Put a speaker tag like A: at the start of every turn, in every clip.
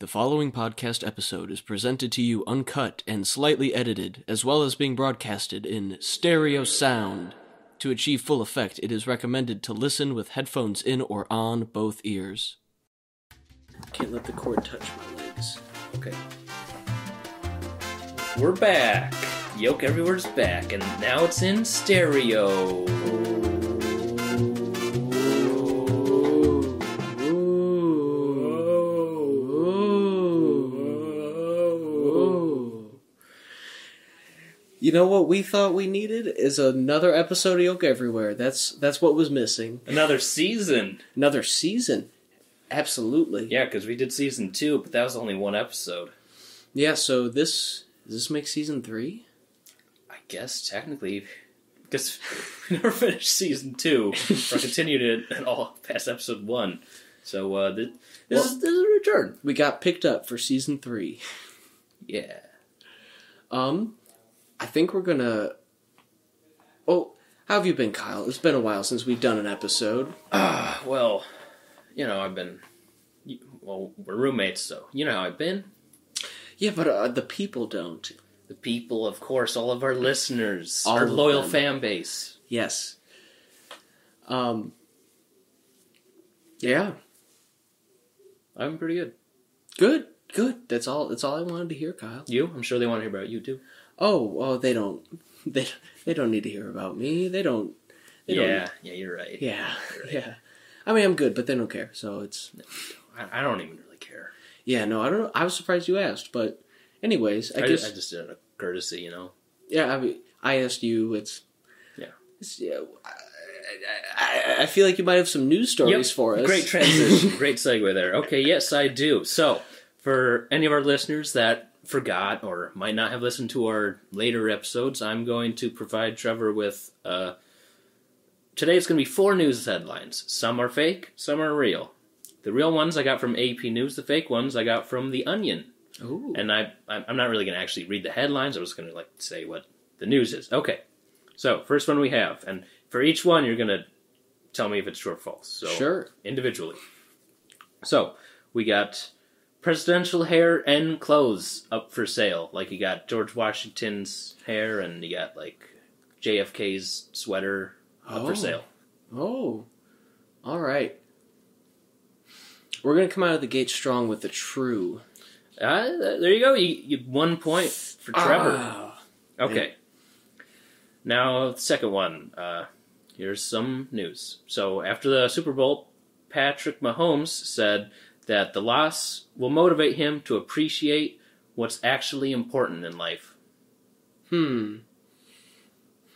A: The following podcast episode is presented to you uncut and slightly edited, as well as being broadcasted in stereo sound. To achieve full effect, it is recommended to listen with headphones in or on both ears. Can't let the cord touch my legs.
B: Okay. We're back. Yoke Everywhere's back, and now it's in stereo.
A: You know what we thought we needed is another episode of Yoke Everywhere. That's that's what was missing.
B: Another season.
A: Another season. Absolutely.
B: Yeah, because we did season two, but that was only one episode.
A: Yeah, so this does this make season three?
B: I guess technically, because we never finished season two or continued it at all past episode one. So uh, this, this,
A: Well-
B: is, this is a return.
A: We got picked up for season three.
B: Yeah.
A: Um, I think we're gonna. Oh, how have you been, Kyle? It's been a while since we've done an episode.
B: Ah, well, you know I've been. Well, we're roommates, so you know how I've been.
A: Yeah, but uh, the people don't.
B: The people, of course, all of our listeners,
A: All
B: our
A: of
B: loyal
A: them.
B: fan base.
A: Yes. Um. Yeah.
B: I'm pretty good.
A: Good. Good. That's all. That's all I wanted to hear, Kyle.
B: You? I'm sure they want to hear about you too.
A: Oh, well, they don't. They they don't need to hear about me. They don't. They
B: yeah,
A: Don't,
B: yeah, you're right.
A: yeah. Yeah. I mean, I'm good, but they don't care. So it's
B: I, I don't even really care.
A: yeah. No, I don't. know. I was surprised you asked, but anyways, I,
B: I,
A: just,
B: just, I just did it out of courtesy, you know.
A: Yeah, I mean, I asked you. It's
B: Yeah.
A: It's, yeah I, I, I feel like you might have some news stories
B: Yep.
A: for us.
B: Great transition. Great segue there. Okay, yes, I do. So, for any of our listeners that forgot or might not have listened to our later episodes, I'm going to provide Trevor with. Uh, today it's going to be four news headlines. Some are fake, some are real. The real ones I got from AP News, the fake ones I got from The Onion.
A: Ooh.
B: And I, I'm I'm not really going to actually read the headlines. I'm just going to like say what the news is. Okay. So first one we have, and for each one you're going to tell me if it's true or false. So
A: Sure.
B: individually. So we got presidential hair and clothes up for sale. Like you got George Washington's hair, and you got like JFK's sweater up
A: Oh.
B: for sale.
A: Oh, all right. We're gonna come out of the gate strong with the true.
B: Uh, there you go. You, you one point for Trevor.
A: Ah.
B: Okay. Now, the second one. Uh, here's some news. So, after the Super Bowl, Patrick Mahomes said that the loss will motivate him to appreciate what's actually important in life.
A: Hmm.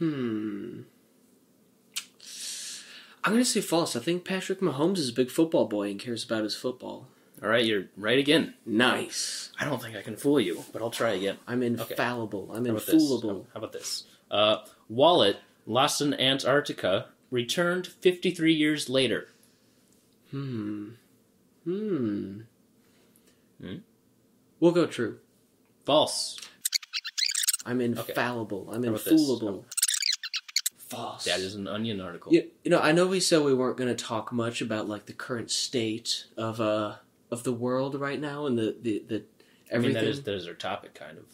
A: Hmm. I'm gonna say false. I think Patrick Mahomes is a big football boy and cares about his football.
B: All right, you're right again.
A: Nice.
B: I don't think I can fool you, but I'll try again.
A: I'm infallible. I'm
B: How about this?
A: infoolable.
B: How about this? Uh, wallet lost in Antarctica returned 53 years later.
A: Hmm. Hmm.
B: Hmm?
A: We'll go true.
B: False.
A: I'm infallible. I'm
B: How about this?
A: infallible. False.
B: That is an Onion article.
A: You, you know, I know we said we weren't going to talk much about like the current state of uh of the world right now and the the, the
B: I mean,
A: everything.
B: that is, that is their topic, kind of.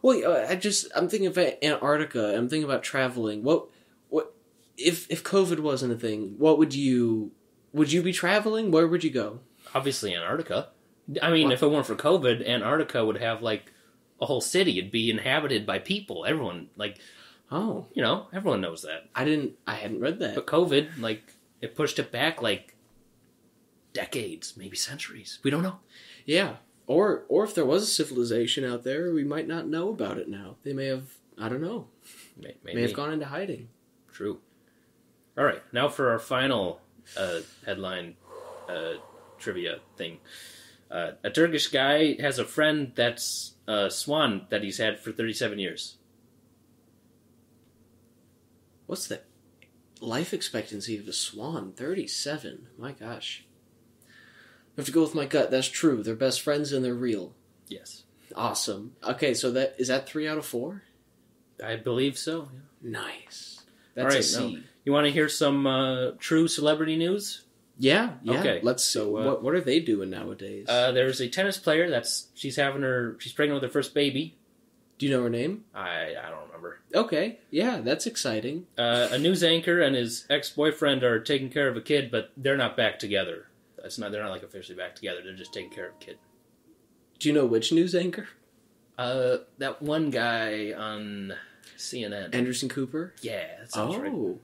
A: Well, uh, I just I'm thinking of Antarctica. I'm thinking about traveling. What what if if COVID wasn't a thing? What would you would you be traveling? Where would you go?
B: obviously Antarctica. I mean,
A: What?
B: if it weren't for COVID, Antarctica would have like a whole city. It'd be inhabited by people. Everyone, like
A: Oh,
B: you know, everyone knows that.
A: I didn't. I hadn't read that.
B: But COVID, like, it pushed it back like decades, maybe centuries. We don't know.
A: Yeah. Or or if there was a civilization out there, we might not know about it now. They may have I don't know.
B: May-
A: May
B: Maybe
A: have gone into hiding.
B: true. All right, now for our final uh, headline uh, trivia thing. Uh, a Turkish guy has a friend that's a swan that he's had for 37 years.
A: What's the life expectancy of a swan? 37. My gosh. I have to go with my gut. That's true. They're best friends and they're real.
B: Yes,
A: Awesome. Okay, so that is that 3 out of 4?
B: I believe so.
A: Nice.
B: All
A: That's a
B: right,
A: C.
B: You want to hear some uh, true celebrity news?
A: Yeah, yeah.
B: Okay,
A: Let's see.
B: so, uh,
A: what what are they doing nowadays?
B: Uh, there's a tennis player that's she's having her she's pregnant with her first baby.
A: Do you know her name?
B: I I don't remember.
A: Okay, yeah, that's exciting.
B: Uh, a news anchor and his ex boyfriend are taking care of a kid, but they're not back together. That's not they're not like officially back together. They're just taking care of a kid.
A: Do you know which news anchor?
B: Uh, that one guy on CNN.
A: Anderson Cooper.
B: yeah, that sounds
A: Oh,
B: right.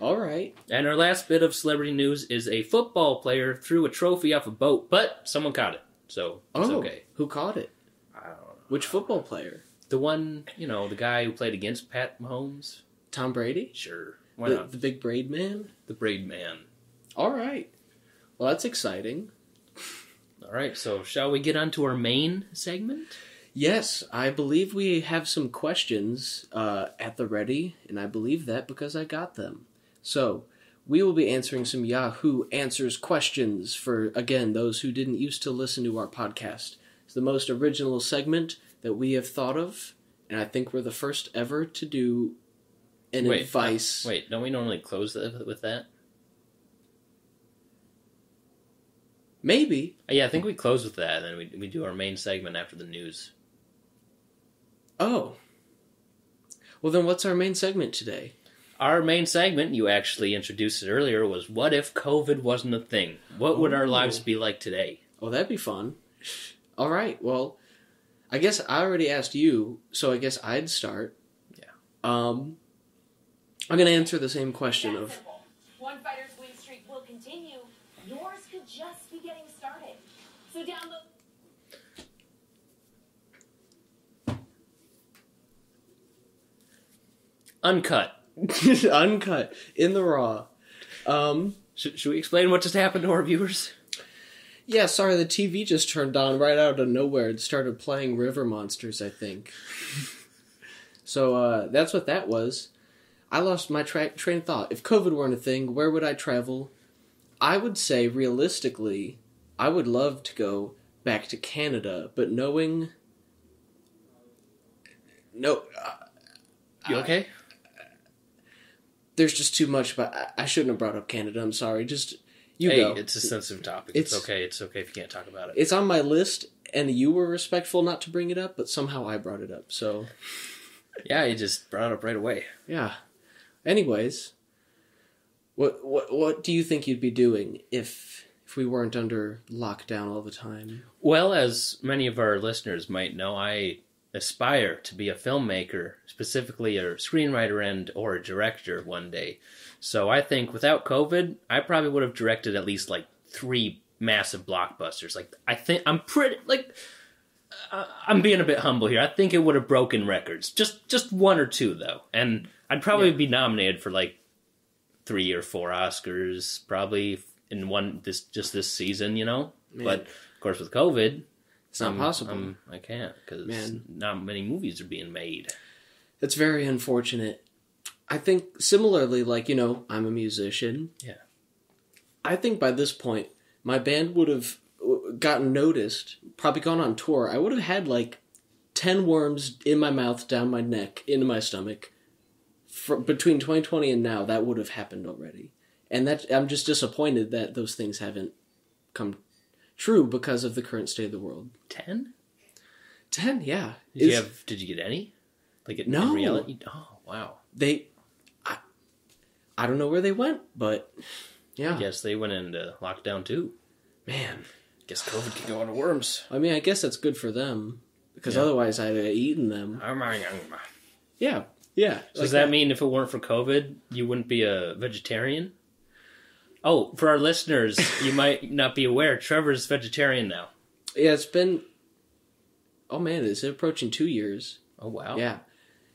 A: all right.
B: And our last bit of celebrity news is a football player threw a trophy off a boat, but someone caught it, so it's
A: Oh,
B: okay.
A: Who caught it?
B: I don't know.
A: Which football player?
B: The one, you know, the guy who played against Pat Mahomes.
A: Tom Brady.
B: Sure, why
A: The,
B: not?
A: the big braid man.
B: The Braid Man.
A: All right. Well, that's exciting.
B: All right, so shall we get on to our main segment?
A: Yes, I believe we have some questions uh, at the ready, and I believe that because I got them. So, we will be answering some Yahoo Answers questions for, again, those who didn't used to listen to our podcast. It's the most original segment that we have thought of, and I think we're the first ever to do an
B: Wait, uh,
A: advice.
B: Wait, don't we normally close the, with that?
A: Maybe.
B: Uh, Yeah, I think we close with that, and then we we do our main segment after the news.
A: Oh. Well, then what's our main segment today?
B: Our main segment, you actually introduced it earlier, was what if COVID wasn't a thing? What would our
A: Ooh.
B: lives be like today?
A: Oh, that'd be fun. All right. Well, I guess I already asked you, so I guess I'd start.
B: Yeah.
A: Um, I'm gonna answer the same question of
C: Sensible. One fighter's win streak will continue. Yours could just be getting started. So download.
B: Uncut.
A: uncut in the raw. Um,
B: Should, should we explain what just happened to our viewers?
A: yeah. Sorry, the TV just turned on right out of nowhere and started playing River Monsters. I think. so uh, that's what that was. I lost my tra- train of thought. If COVID weren't a thing, where would I travel? I would say realistically, I would love to go back to Canada, but knowing no, uh,
B: You okay?
A: there's just too much. But I, I shouldn't have brought up Canada. I'm sorry. Just you
B: hey,
A: go.
B: it's a sensitive topic. It's,
A: It's-
B: okay. It's okay if you can't talk about it.
A: It's on my list, and you were respectful not to bring it up, but somehow I brought it up. So
B: yeah, you just brought it up right away.
A: yeah. Anyways, what what what do you think you'd be doing if if we weren't under lockdown all the time?
B: Well, as many of our listeners might know, I aspire to be a filmmaker, specifically a screenwriter and or a director one day. So I think without COVID, I probably would have directed at least like three massive blockbusters. Like I think I'm pretty like I- I'm being a bit humble here. I think it would have broken records. Just just one or two though. And I'd probably be nominated for like 3 or 4 Oscars probably in one this just this season, you know? But of course with COVID,
A: It's not
B: um,
A: possible.
B: um, I can't because
A: Man.
B: not many movies are being made.
A: It's very unfortunate. I think similarly, like, you know, I'm a musician.
B: Yeah.
A: I think by this point, my band would have uh, gotten noticed, probably gone on tour. I would have had like 10 worms in my mouth, down my neck, into my stomach. Fr between 2020 and now, that would have happened already. And that I'm just disappointed that those things haven't come true because of the current state of the world.
B: Ten?
A: 10, yeah.
B: Did you
A: It's-
B: have? Did you get any? Like in
A: No.
B: reality? Oh wow.
A: they I, I don't know where they went but yeah
B: Guess they went into lockdown too.
A: man
B: Guess COVID can go into worms.
A: i mean i guess that's good for them because
B: Yeah.
A: otherwise i'd have eaten them
B: So
A: yeah yeah
B: does that mean if it weren't for COVID, you wouldn't be a vegetarian? Oh, for our listeners, you might not be aware, Trevor's vegetarian now.
A: yeah it's been oh man it's approaching two years
B: Oh wow.
A: yeah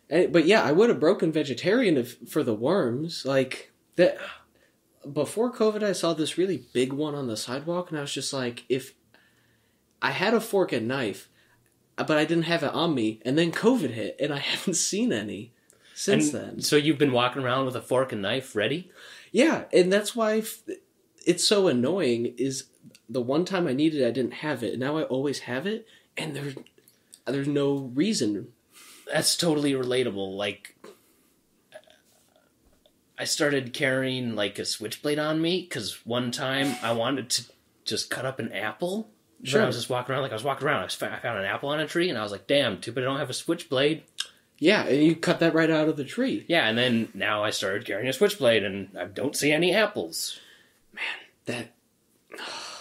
A: and, but yeah i would have broken vegetarian if for the worms like that before covid i saw this really big one on the sidewalk and i was just like if i had a fork and knife but i didn't have it on me and then covid hit and i haven't seen any
B: And
A: since then
B: so you've been walking around with a fork and knife ready?
A: yeah and that's why f- it's so annoying is the one time i needed it i didn't have it now i always have it and there's there's no reason
B: That's totally relatable. Like, I started carrying like a switchblade on me because one time I wanted to just cut up an apple. Sure. I was just walking around, like I was walking around. I, was, I found an apple on a tree, and I was like, "Damn, too bad I don't have a switchblade."
A: Yeah, and you cut that right out of the tree.
B: Yeah, and then now I started carrying a switchblade, and I don't see any apples.
A: That.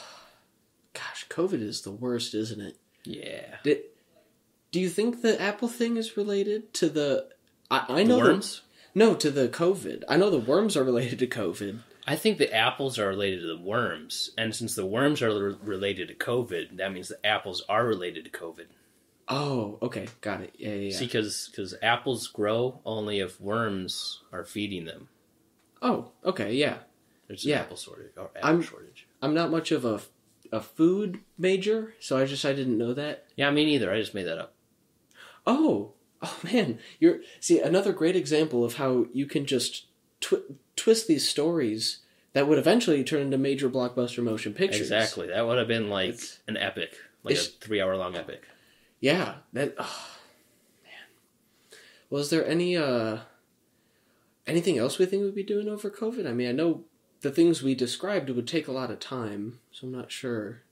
A: Gosh, COVID is the worst, isn't it?
B: Yeah,
A: Did, do you think the Apple thing is related to the? I, I know the-
B: worms?
A: no, to the COVID. I know the worms are related to COVID.
B: I think the apples are related to the worms, and since the worms are re- related to COVID, that means the apples are related to COVID.
A: Oh, okay, got it. Yeah, yeah. yeah.
B: See, because apples grow only if worms are feeding them.
A: oh, okay, yeah.
B: There's an
A: Yeah.
B: apple shortage. Or apple
A: I'm-
B: shortage.
A: I'm not much of a a food major, so I just I didn't know that.
B: Yeah, me neither. I just made that up.
A: Oh, oh man, you're see another great example of how you can just twi- twist these stories that would eventually turn into major blockbuster motion pictures.
B: Exactly. That would have been like
A: It's-
B: an epic, like a
A: It's-
B: three-hour-long epic.
A: Yeah. That. Oh, man. Was there any uh anything else we think we'd be doing over COVID? I mean, I know the things we described would take a lot of time, so I'm not sure.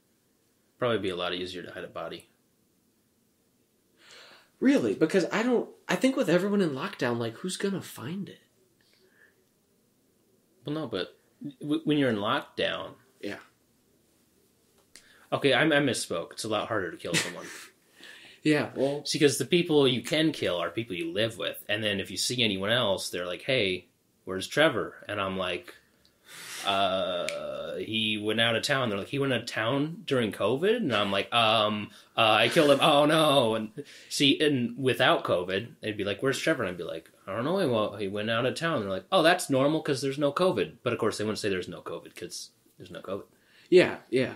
B: Probably be a lot easier to hide a body.
A: Really, because I don't. I think with everyone in lockdown, like, who's gonna find it?
B: Well, no, but w- when you're in lockdown,
A: Yeah.
B: okay, I, I misspoke. It's a lot harder to kill someone.
A: Yeah. Well.
B: See, because the people you can kill are people you live with, and then if you see anyone else, they're like, "Hey, where's Trevor?" And I'm like, "Uh, he went out of town." They're like, "He went out of town during COVID," and I'm like, "Um, uh, I killed him." Oh no! And see, and without COVID, they'd be like, "Where's Trevor?" And I'd be like, "I don't know. He wa- He went out of town." They're like, "Oh, that's normal because there's no COVID." But of course, they wouldn't say there's no COVID because there's no COVID.
A: Yeah. Yeah.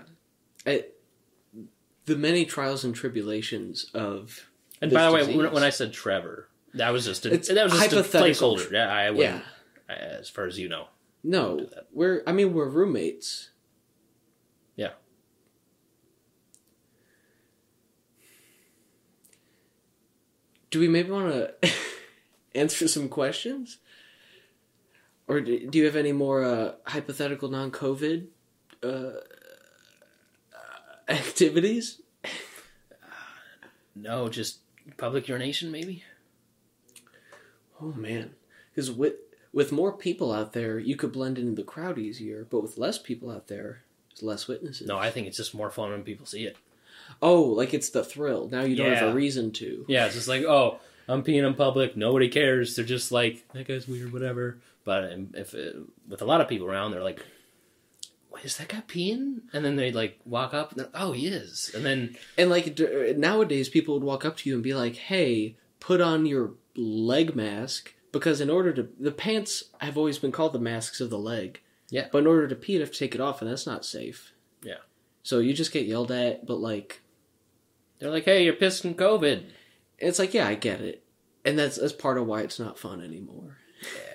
A: I, the many trials and tribulations of.
B: And
A: this
B: by the way,
A: disease.
B: when, when I said Trevor, that was just a,
A: It's
B: that was just a
A: hypothetical.
B: placeholder. Yeah, I
A: yeah.
B: wouldn't, as far as you know.
A: No,
B: that.
A: we're. I mean, we're roommates.
B: Yeah.
A: Do we maybe want to answer some questions? Or do, do you have any more uh, hypothetical non COVID uh, activities?
B: No, just public urination, maybe.
A: Oh, man. Because with, with more people out there, you could blend into the crowd easier, but with less people out there, there's less witnesses.
B: No, I think it's just more fun when people see it.
A: Oh, like it's the thrill. Now you don't have
B: Yeah.
A: a reason to.
B: Yeah, it's just like, oh, I'm peeing in public. Nobody cares. They're just like, that guy's weird, whatever. But um, if uh with a lot of people around, they're like, "Wait, is that guy peeing?" And then they like walk up, and they're, "Oh, he is." And then
A: And like d- nowadays, people would walk up to you and be like, "Hey, put on your leg mask," because in order to the pants have always been called the masks of the leg.
B: Yeah.
A: But in order to pee, you have to take it off, and that's not safe.
B: Yeah.
A: So you just get yelled at, but like
B: they're like, "Hey, you're pissing COVID."
A: it's like, yeah, I get it, and that's that's part of why it's not fun anymore.
B: Yeah.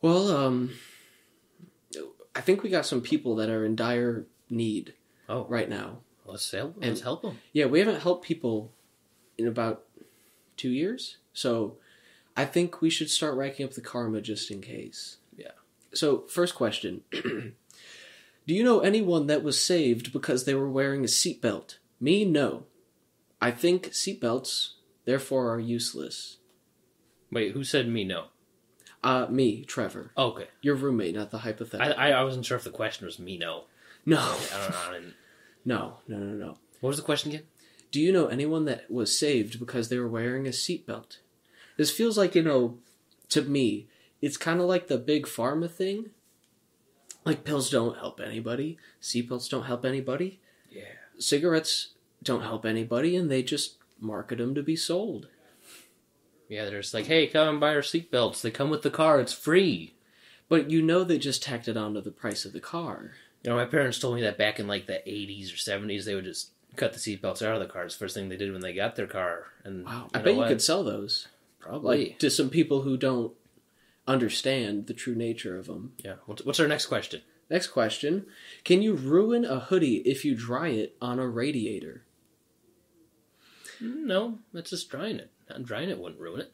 A: Well, um, I think we got some people that are in dire need
B: Oh, right.
A: right now.
B: Let's help.
A: And-
B: Let's help him.
A: Yeah, we haven't helped people in about two years. So I think we should start racking up the karma just in case.
B: Yeah.
A: So, first question Do you know anyone that was saved because they were wearing a seatbelt? Me, no. I think seatbelts, therefore, are useless.
B: Wait, who said me? No.
A: Uh, me, Trevor.
B: Oh, okay.
A: Your roommate, not the
B: I,
A: hypothetical.
B: I I wasn't sure if the question was me. No.
A: no.
B: I don't know. I didn't-
A: No, no, no, no.
B: What was the question again?
A: Do you know anyone that was saved because they were wearing a seatbelt? This feels like, you know, to me, it's kind of like the big pharma thing. Like, pills don't help anybody, seatbelts don't help anybody,
B: Yeah.
A: cigarettes don't help anybody, and they just market them to be sold.
B: Yeah, they're just like, hey, come and buy our seatbelts. They come with the car. It's free.
A: But you know, they just tacked it onto the price of the car.
B: You know, my parents told me that back in like the 80s or 70s, they would just cut the seatbelts out of the cars. First thing they did when they got their car. And
A: Wow. I
B: you know
A: bet you
B: what?
A: could sell those. Like,
B: probably.
A: to some people who don't understand the true nature of them.
B: yeah. What's, what's our next question?
A: Next question. Can you ruin a hoodie if you dry it on a radiator?
B: No, that's just drying it. Not drying it wouldn't ruin it.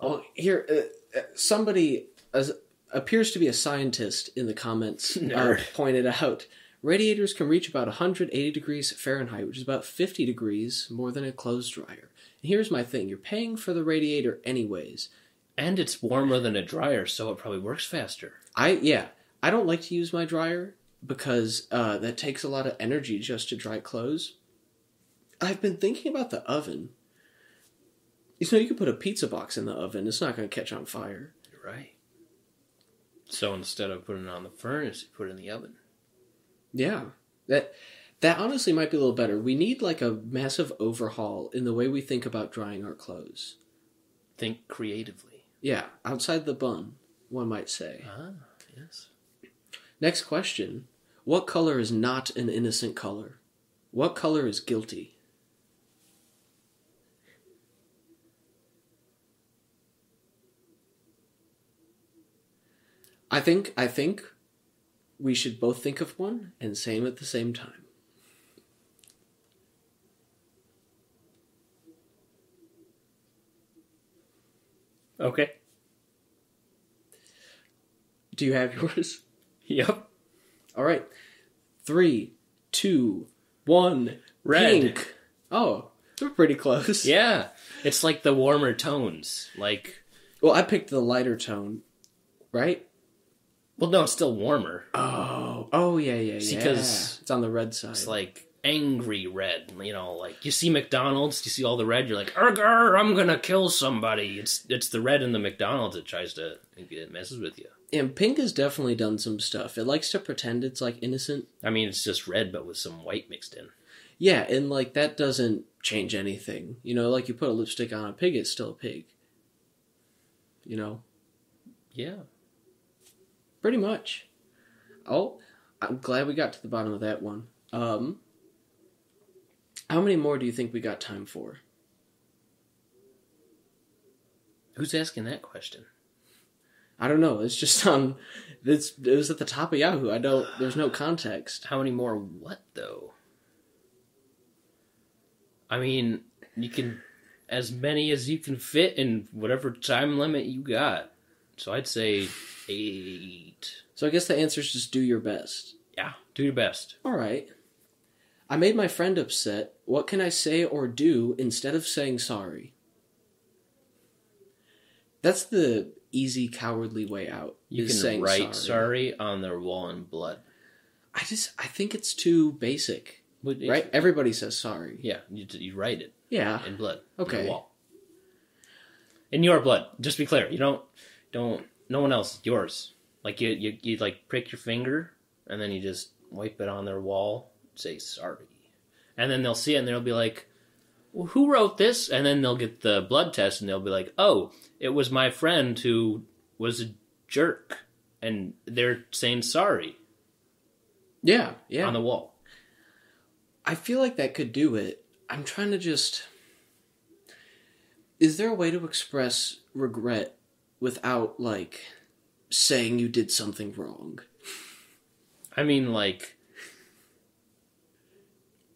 A: Oh, here, uh, uh, somebody as, appears to be a scientist in the comments uh,
B: Nerd.
A: pointed out radiators can reach about 180 degrees Fahrenheit, which is about 50 degrees more than a clothes dryer. And here's my thing you're paying for the radiator, anyways.
B: And it's warmer than a dryer, so it probably works faster.
A: I, yeah, I don't like to use my dryer because uh, that takes a lot of energy just to dry clothes. I've been thinking about the oven. You know, you could put a pizza box in the oven, it's not going to catch on fire.
B: You're right. So instead of putting it on the furnace, you put it in the oven.
A: Yeah. That that honestly might be a little better. We need like a massive overhaul in the way we think about drying our clothes.
B: Think creatively.
A: Yeah, outside the bun, one might say.
B: Ah, yes.
A: Next question. What color is not an innocent color? What color is guilty? I think I think we should both think of one and same at the same time.
B: Okay.
A: Do you have yours?
B: Yep.
A: All right. Three, two, one.
B: Red.
A: Pink. Oh, we're pretty close.
B: Yeah. It's like the warmer tones. Like,
A: Well, I picked the lighter tone, right?
B: well, no, it's still warmer.
A: Oh. Oh, yeah, yeah, yeah.
B: Because-
A: it's on the red side.
B: It's like angry red. You know, like you see McDonald's, you see all the red, you're like, "Arg, arg, I'm gonna kill somebody. It's it's the red in the McDonald's that tries to it messes with you.
A: and pink has definitely done some stuff. It likes to pretend it's like innocent.
B: I mean, it's just red, but with some white mixed in.
A: Yeah, and like that doesn't change anything. You know, like you put a lipstick on a pig, it's still a pig. You know?
B: Yeah.
A: Pretty much. Oh, I'm glad we got to the bottom of that one. Um, how many more do you think we got time for?
B: Who's asking that question?
A: I don't know. It's just on. It's it was at the top of Yahoo. I don't. There's no context.
B: How many more what though? I mean, you can as many as you can fit in whatever time limit you got. So I'd say eight.
A: So I guess the answer is just do your best.
B: Yeah, do your best.
A: All right. I made my friend upset. What can I say or do instead of saying sorry? That's the easy cowardly way out.
B: You
A: is
B: can
A: saying
B: write sorry. on their wall in blood.
A: I just I think it's too basic.
B: But it-
A: right? Everybody says sorry.
B: Yeah, you, you write it
A: Yeah.
B: in blood. On
A: Okay.
B: the wall. In your blood. Just be clear. You don't, don't, no one else. Yours. Like you, you, you like prick your finger and then you just wipe it on their wall. Say sorry, and then they'll see it and they'll be like, well, "Who wrote this?" And then they'll get the blood test and they'll be like, "Oh, it was my friend who was a jerk," and they're saying sorry
A: Yeah. Yeah.
B: on the wall.
A: I feel like that could do it. I'm trying to just. Is there a way to express regret without, like, saying you did something wrong?
B: I mean, like,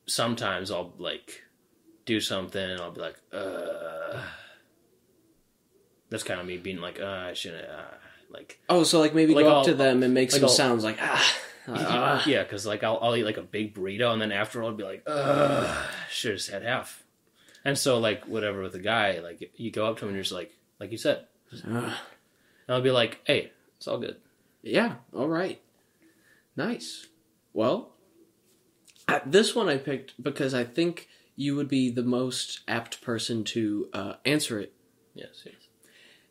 B: sometimes I'll, like, do something and I'll be like, uh. That's kind of me being like, uh, I shouldn't, uh, like,
A: Oh, so, like, maybe
B: Like,
A: go up
B: I'll-
A: to them and make
B: like,
A: some
B: I'll-
A: sounds like, ah.
B: uh,
A: ah.
B: yeah, because, like, I'll, I'll eat, like, a big burrito and then after I'll be like, uh, should have just had half. And so, like, whatever with the guy, like, you go up to him and you're just like, like you said,
A: ah.
B: and I'll be like, hey, it's all good.
A: Yeah, all right. Nice. Well, I, this one I picked because I think you would be the most apt person to uh, answer it.
B: Yes, yes.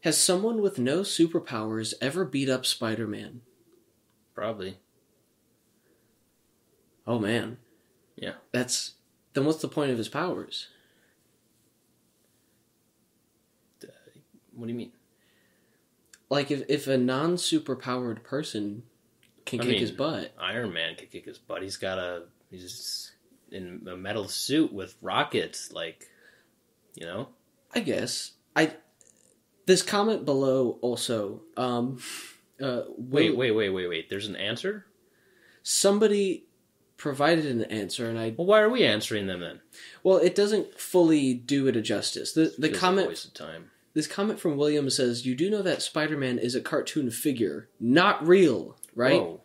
A: Has someone with no superpowers ever beat up Spider Man?
B: Probably.
A: Oh man.
B: Yeah.
A: That's then what's the point of his powers?
B: What do you mean?
A: Like if if a non superpowered person can
B: I
A: kick
B: mean-
A: his butt.
B: Iron Man could kick his butt. He's got a he's in a metal suit with rockets, like you know.
A: I guess. I this comment below also um uh
B: Wait,
A: will-
B: wait, wait, wait, wait. There's an answer.
A: somebody provided an answer and I
B: Well, why are we answering them then?
A: well it doesn't fully do it a justice. The the
B: Feels like a
A: comment
B: waste of time.
A: This comment from William says, "You do know that Spider-Man is a cartoon figure, not real, right?"
B: Whoa.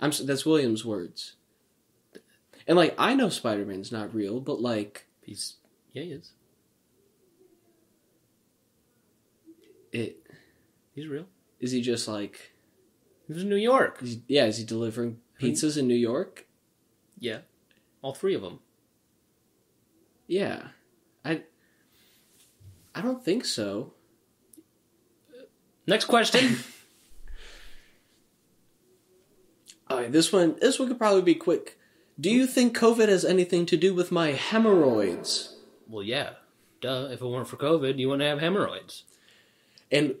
A: I'm s- that's William's words. And like I know Spider-Man's not real, but like
B: He's yeah, he is.
A: it
B: He's real.
A: is he just like
B: He was in New York.
A: is he- yeah, is he delivering pizzas in New York?
B: Yeah, all three of them.
A: Yeah. I I don't think so.
B: Next question.
A: All right, this one this one could probably be quick. Do you think COVID has anything to do with my hemorrhoids?
B: well, yeah, duh. If it weren't for COVID, you wouldn't have hemorrhoids.
A: And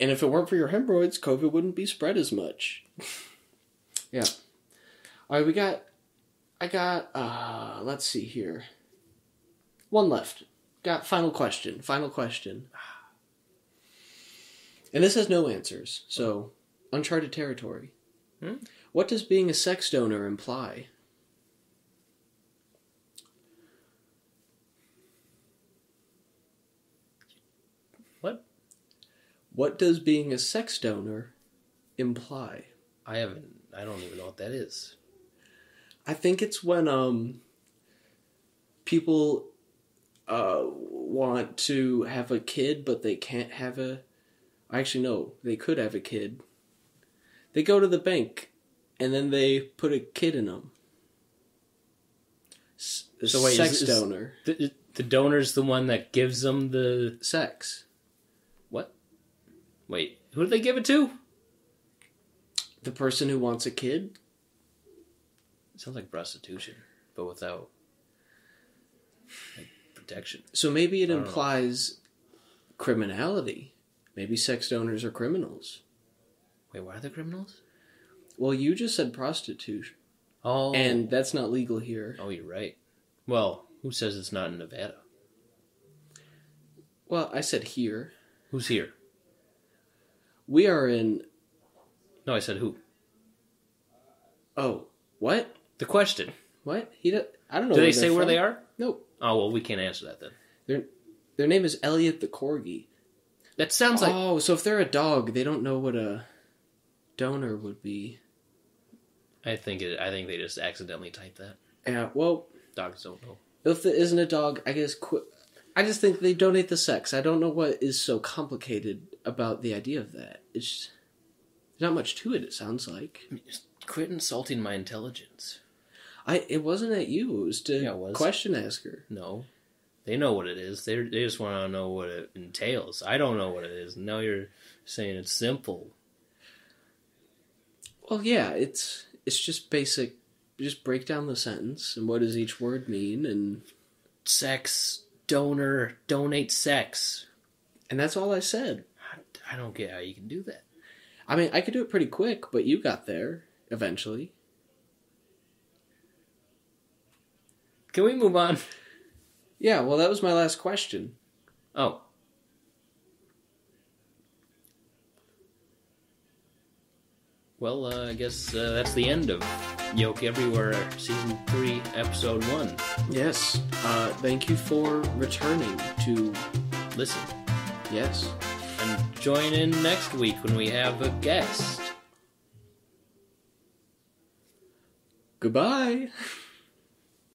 A: and if it weren't for your hemorrhoids, COVID wouldn't be spread as much. yeah. All right, we got I got uh let's see here. One left. Got final question. Final question. And this has no answers. So, uncharted territory.
B: Hmm?
A: What does being a sex donor imply?
B: What?
A: What does being a sex donor imply?
B: I haven't. I don't even know what that is.
A: I think it's when um people uh want to have a kid but they can't have a actually no, they could have a kid. They go to the bank and then they put a kid in them. S- a
B: So wait, is-
A: sex
B: is-
A: donor.
B: The, the donor's the one that gives them the
A: Sex.
B: what? Wait, who do they give it to?
A: The person who wants a kid?
B: sounds like prostitution, but without like, protection.
A: So maybe it
B: I don't know.
A: implies criminality. Maybe sex donors are criminals.
B: Wait, why are they criminals?
A: Well, you just said prostitution,
B: Oh,
A: and that's not legal here.
B: oh, you're right. Well, who says it's not in Nevada?
A: Well, I said here.
B: Who's here?
A: We are in.
B: No, I said who.
A: Oh, what?
B: The question.
A: What? He. Do, I don't know.
B: Do they say where they are?
A: No,
B: Oh well, we can't answer that then.
A: their name is Elliot the corgi.
B: That sounds like
A: oh, so if they're a dog, they don't know what a donor would be.
B: I think it. I think they just accidentally typed that.
A: Yeah. Well,
B: Dogs don't know.
A: if it isn't a dog, I guess. Qu- I just think they donate the sex. I don't know what is so complicated about the idea of that. It's just, there's not much to it. It sounds like
B: Just quit insulting my intelligence.
A: I. It wasn't at you. It was to
B: Yeah, it was.
A: question asker.
B: No, they know what it is. They they just want to know what it entails. I don't know what it is. Now you're saying it's simple.
A: Well, yeah, it's it's just basic. Just break down the sentence and what does each word mean, and
B: Sex donor donate sex.
A: and that's all I said.
B: I, I don't get how you can do that.
A: I mean, I could do it pretty quick, but you got there eventually.
B: Can we move on?
A: Yeah, well, that was my last question.
B: Oh. Well, uh, I guess uh, that's the end of Yoke Everywhere Season 3, Episode 1.
A: Yes, uh, thank you for returning to
B: Listen,
A: yes.
B: and join in next week when we have a guest.
A: Goodbye.